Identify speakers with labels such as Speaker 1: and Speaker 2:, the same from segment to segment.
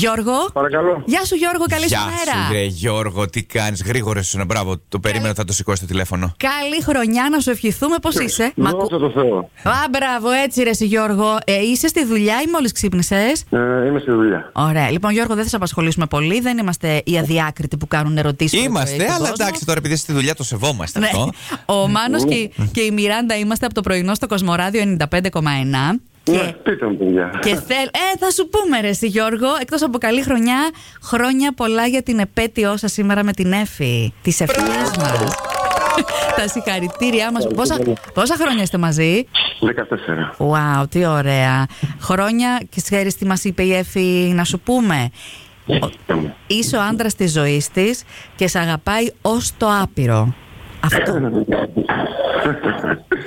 Speaker 1: Γιώργο.
Speaker 2: Παρακαλώ.
Speaker 1: Γεια σου Γιώργο, καλή
Speaker 3: Γεια
Speaker 1: σου μέρα. Ε.
Speaker 3: σου, ρε Γιώργο, τι κάνεις. Γρήγορος σου να μπράβο. Το περίμενα, θα το σηκώσει το τηλέφωνο.
Speaker 1: Καλή χρονιά, να σου ευχηθούμε. Πώς είσαι, Μ' Ε, ακού-
Speaker 2: Δόξα τω Θεώ.
Speaker 1: Α, μπράβο, έτσι ρε, εσύ, Γιώργο. Ε, είσαι στη δουλειά ή μόλις ξύπνησες.
Speaker 2: Ε, είμαι στη δουλειά.
Speaker 1: Ωραία. Λοιπόν, Γιώργο, δεν θα σε απασχολήσουμε πολύ. Δεν είμαστε οι αδιάκριτοι που κάνουν ερωτήσεις.
Speaker 3: Είμαστε, αλλά εντάξει, τώρα επειδή στη δουλειά το σεβόμαστε
Speaker 1: Ναι.
Speaker 3: αυτό.
Speaker 1: Ο Μάνος και, και η Μιράντα είμαστε από το πρωινό στο Κοσμοράδιο 95,1.
Speaker 2: Ναι,
Speaker 1: Και,
Speaker 2: πείτε μου, παιδιά.
Speaker 1: και θέλ, ε, θα σου πούμε ρε εσύ Γιώργο, εκτός από καλή χρονιά, χρόνια πολλά για την επέτειό σας σήμερα με την Εφη, τις ευχές μας. Τα συγχαρητήριά μας. Πόσα, πόσα χρόνια είστε μαζί?
Speaker 2: 14.
Speaker 1: Wow, τι ωραία. Χρόνια και ξέρεις τι μας είπε η Εφη να σου πούμε. Είσαι ο άντρας της ζωής της και σε αγαπάει ως το άπειρο. Αυτό.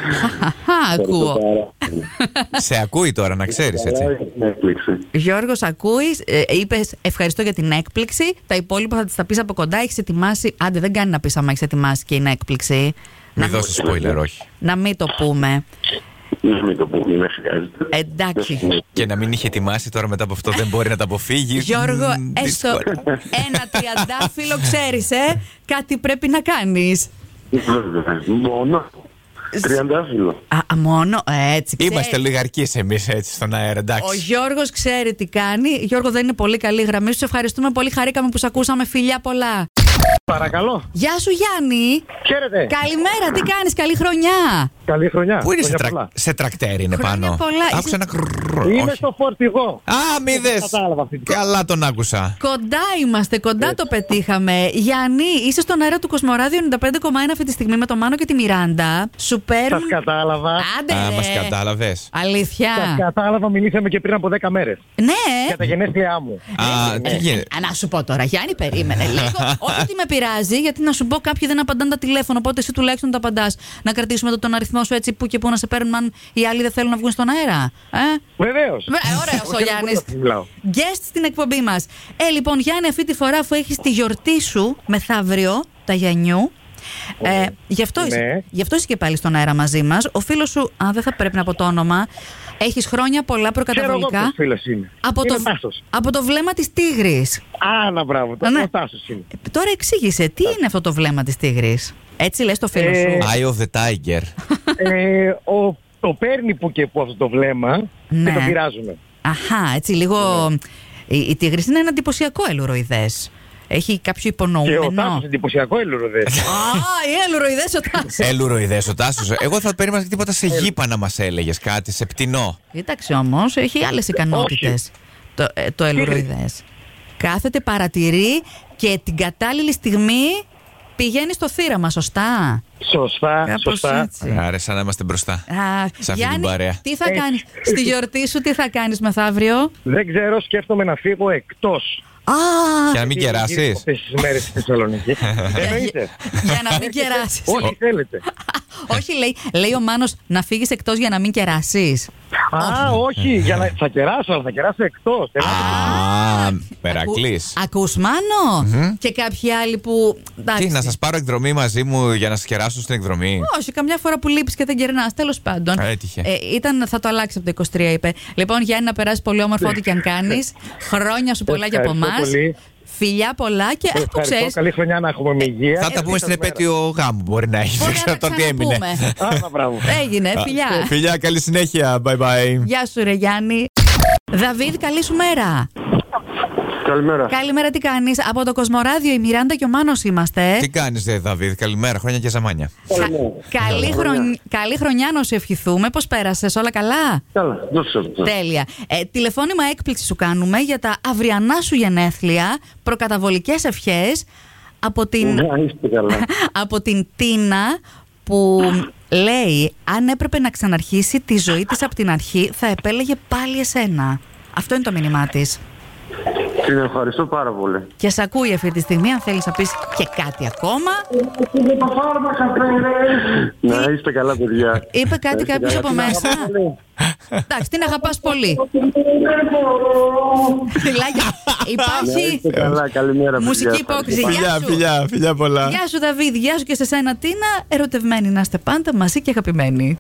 Speaker 1: Χαχαχα, ακούω.
Speaker 3: Σε ακούει τώρα, να ξέρεις έτσι.
Speaker 4: Ε.
Speaker 2: Ναι, έκπληξη.
Speaker 1: Γιώργος, ακούεις, ε, είπες ευχαριστώ για την έκπληξη. Τα υπόλοιπα θα τις τα πεις από κοντά. Έχεις ετοιμάσει, άντε δεν κάνει να πεις άμα έχεις ετοιμάσει και είναι έκπληξη.
Speaker 3: Μην δώσεις spoiler, όχι.
Speaker 1: Να μην το πούμε.
Speaker 2: Ναι, μην το πούμε, δεν χρειάζεται.
Speaker 1: Εντάξει.
Speaker 3: Και να μην είχε ετοιμάσει τώρα μετά από αυτό, δεν μπορεί να τα αποφύγει.
Speaker 1: Γιώργο,
Speaker 3: Μμμ,
Speaker 1: έστω
Speaker 3: δύσκολο.
Speaker 1: ένα τριαντάφυλλο ξέρεις, ε, κάτι πρέπει να κάνεις.
Speaker 2: Βέβαια, Μόνο. Τριαντάφυλλο.
Speaker 1: Α, α, μόνο ε, έτσι ξέρεις.
Speaker 3: Είμαστε λιγαρκείς εμείς έτσι στον αέρα,
Speaker 1: Ο
Speaker 3: εντάξει.
Speaker 1: Γιώργος ξέρει τι κάνει. Γιώργο δεν είναι πολύ καλή η γραμμή σου. Σε ευχαριστούμε πολύ. Χαρήκαμε που σε ακούσαμε. Φιλιά πολλά.
Speaker 4: Παρακαλώ.
Speaker 1: Γεια σου Γιάννη.
Speaker 3: Ε.
Speaker 4: Χαίρετε.
Speaker 1: Καλημέρα. Τι κάνεις. Καλή χρονιά.
Speaker 4: Καλή χρονιά.
Speaker 3: Πού είναι σε,
Speaker 4: Χρόνια
Speaker 3: τρα...
Speaker 4: πολλά.
Speaker 3: σε τρακτέρ είναι
Speaker 1: Χρόνια
Speaker 3: πάνω.
Speaker 1: πολλά.
Speaker 3: Άκουσα ένα κρρρρ,
Speaker 4: Είμαι
Speaker 3: όχι.
Speaker 4: στο φορτηγό.
Speaker 3: Α, μη δες.
Speaker 4: κατάλαβα αυτή τη-
Speaker 3: Καλά τον άκουσα.
Speaker 1: Κοντά είμαστε, κοντά το πετύχαμε. Γιάννη, είσαι στον αέρα του Κοσμοράδιο 95,1 αυτή τη στιγμή με τον Μάνο και τη Μιράντα. Σου παίρνουν.
Speaker 4: Σας κατάλαβα.
Speaker 1: Άντε,
Speaker 3: Α,
Speaker 1: ρε.
Speaker 3: μας κατάλαβες.
Speaker 4: Σα
Speaker 1: Αλήθεια.
Speaker 4: κατάλαβα, μιλήσαμε και πριν από 10 μέρες.
Speaker 1: Ναι.
Speaker 4: Για τα γενέθλιά μου.
Speaker 3: Α, τι γίνεται.
Speaker 1: Α, Ε, να σου πω τώρα, Γιάννη, περίμενε λίγο. Όχι ότι με πειράζει, γιατί να σου πω κάποιοι δεν απαντάνε τα τηλέφωνα. Οπότε εσύ τουλάχιστον τα απαντάς. Να κρατήσουμε το, τον αριθμό σου έτσι που και που να σε παίρνουν αν οι άλλοι δεν θέλουν να βγουν στον αέρα. Ε?
Speaker 4: Βεβαίως.
Speaker 1: Βρα- Ωραίος ο Γιάννη. Guest στην εκπομπή μας. Ε, λοιπόν, Γιάννη, αυτή τη φορά αφού έχεις τη γιορτή σου μεθαύριο, τα Γιαννιού. Ε, γι, αυτό
Speaker 4: Ναι.
Speaker 1: είσαι, γι' αυτό είσαι και πάλι στον αέρα μαζί μας. Ο φίλος σου, αν δεν θα πρέπει να πω το όνομα, έχεις χρόνια πολλά
Speaker 4: Ξέρω εγώ
Speaker 1: προκαταβολικά.
Speaker 4: ποιος φίλος είναι.
Speaker 1: Από
Speaker 4: είναι
Speaker 1: το,
Speaker 4: Τάσος.
Speaker 1: από το βλέμμα της τίγρης.
Speaker 4: Α, να μπράβο. Το
Speaker 1: Ναι.
Speaker 4: ο Τάσος είναι.
Speaker 1: Τώρα εξήγησε, τι είναι αυτό το βλέμμα της τίγρης. Έτσι λες το φίλο
Speaker 4: Ε,
Speaker 1: σου.
Speaker 3: Eye of the Tiger.
Speaker 4: ε, ο, το παίρνει που και που αυτό το βλέμμα
Speaker 1: Ναι.
Speaker 4: και το πειράζουμε.
Speaker 1: Αχά, έτσι λίγο.
Speaker 4: Ναι.
Speaker 1: Η, η τίγρης είναι ένα εντυπωσιακό ελουροειδές. Έχει κάποιο
Speaker 4: Και ο
Speaker 1: υπονοούμενο.
Speaker 4: Τάσος εντυπωσιακό έλουρο δε.
Speaker 1: Α, οι ελουροειδέ ο Τάσος.
Speaker 3: Έλουροειδέ ο Τάσος. Εγώ θα περίμενα και τίποτα σε γήπα να μας έλεγες κάτι, σε πτηνό.
Speaker 1: Κοίταξε όμως, έχει
Speaker 4: Ε,
Speaker 1: άλλε ικανότητες. Το, ε, το ελουροειδέ. Κάθεται, παρατηρεί και την κατάλληλη στιγμή πηγαίνει στο θύραμα, σωστά.
Speaker 4: σωστά,
Speaker 1: Κάπως
Speaker 4: σωστά.
Speaker 1: έτσι.
Speaker 3: Άρα, σαν να είμαστε μπροστά.
Speaker 1: Α,
Speaker 3: αυτή την
Speaker 1: Γιάννη,
Speaker 3: παρέα.
Speaker 1: τι
Speaker 4: Ε,
Speaker 1: θα κάνεις στη γιορτή σου, τι θα κάνεις μεθαύριο.
Speaker 4: Δεν ξέρω, σκέφτομαι να φύγω εκτός
Speaker 1: Α,
Speaker 3: Και να μην κεράσεις.
Speaker 4: Αυτές τις μέρες στη Θεσσαλονίκη.
Speaker 1: Ε,
Speaker 4: Εννοείται.
Speaker 1: για να μην κεράσεις.
Speaker 4: Ό,τι θέλετε.
Speaker 1: Όχι, λέει, λέει ο Μάνος να φύγεις εκτός για να μην κεράσεις.
Speaker 4: Α,
Speaker 3: ναι.
Speaker 4: όχι, για να... θα κεράσω, αλλά θα κεράσω εκτός.
Speaker 3: Α, Μερακλή.
Speaker 1: Ακού- Ακούς Μάνο και κάποιοι άλλοι που...
Speaker 3: Τι,
Speaker 1: εντάξει.
Speaker 3: να σας πάρω εκδρομή μαζί μου για να σας κεράσω στην εκδρομή.
Speaker 1: Όχι, καμιά φορά που λείπεις και δεν κερνάς. Τέλος πάντων.
Speaker 3: Έτυχε.
Speaker 1: Ε, ήταν, θα το αλλάξει από το 23, είπε. Λοιπόν, Γιάννη, να περάσει πολύ όμορφα ό,τι και αν κάνεις. Χρόνια σου πολλά και από εμά.
Speaker 4: Ναι. Ευχαριστώ πολύ.
Speaker 1: Φιλιά πολλά και αυτό
Speaker 4: Ευχαριστώ.
Speaker 1: ξέρεις.
Speaker 4: Καλή χρονιά να έχουμε με υγεία.
Speaker 3: Ε, Θα τα πούμε στην επέτειο γάμου, μπορεί να έχει. Δεν ξέρω τώρα τι έμεινε.
Speaker 4: Α, μπράβο.
Speaker 1: Έγινε, φιλιά.
Speaker 3: Φιλιά, καλή συνέχεια. Bye bye.
Speaker 1: Γεια σου, ρε Γιάννη. Δαβίδ, καλή σου μέρα.
Speaker 2: Καλημέρα.
Speaker 1: Καλημέρα, τι κάνεις. Από το Κοσμοράδιο, η Μιράντα και ο Μάνος είμαστε.
Speaker 3: Τι κάνεις, Δε Δαβίδ, καλημέρα, χρόνια και ζαμάνια.
Speaker 1: Κα- καλή, χρονιά. καλή χρονιά να σου ευχηθούμε. Πώς πέρασες, όλα καλά.
Speaker 2: Καλά, δόξα τω Θεώ.
Speaker 1: Τέλεια. Ε, τηλεφώνημα έκπληξη σου κάνουμε για τα αυριανά σου γενέθλια, προκαταβολικές ευχές από την,
Speaker 2: Να είστε καλά.
Speaker 1: από την Τίνα που λέει αν έπρεπε να ξαναρχίσει τη ζωή της από την αρχή θα επέλεγε πάλι εσένα. Αυτό είναι το μήνυμά της.
Speaker 2: Την ευχαριστώ πάρα πολύ.
Speaker 1: Και σε ακούει αυτή τη στιγμή αν θέλεις να πεις και κάτι ακόμα.
Speaker 2: Να είστε καλά, παιδιά.
Speaker 1: Είπε κάτι κάποιος από μέσα. Εντάξει, την αγαπάς πολύ. Φιλάκια.
Speaker 2: Να
Speaker 1: Υπάρχει
Speaker 2: είστε καλά, καλημέρα, παιδιά.
Speaker 1: μουσική
Speaker 2: Ευχαριστώ
Speaker 1: υπόκριση.
Speaker 2: πάρα
Speaker 1: Γεια σου.
Speaker 3: φιλιά πολλά.
Speaker 1: Γεια σου Δαβίδ, γεια σου και σε σένα Τίνα. Ερωτευμένοι να είστε πάντα μαζί και αγαπημένοι.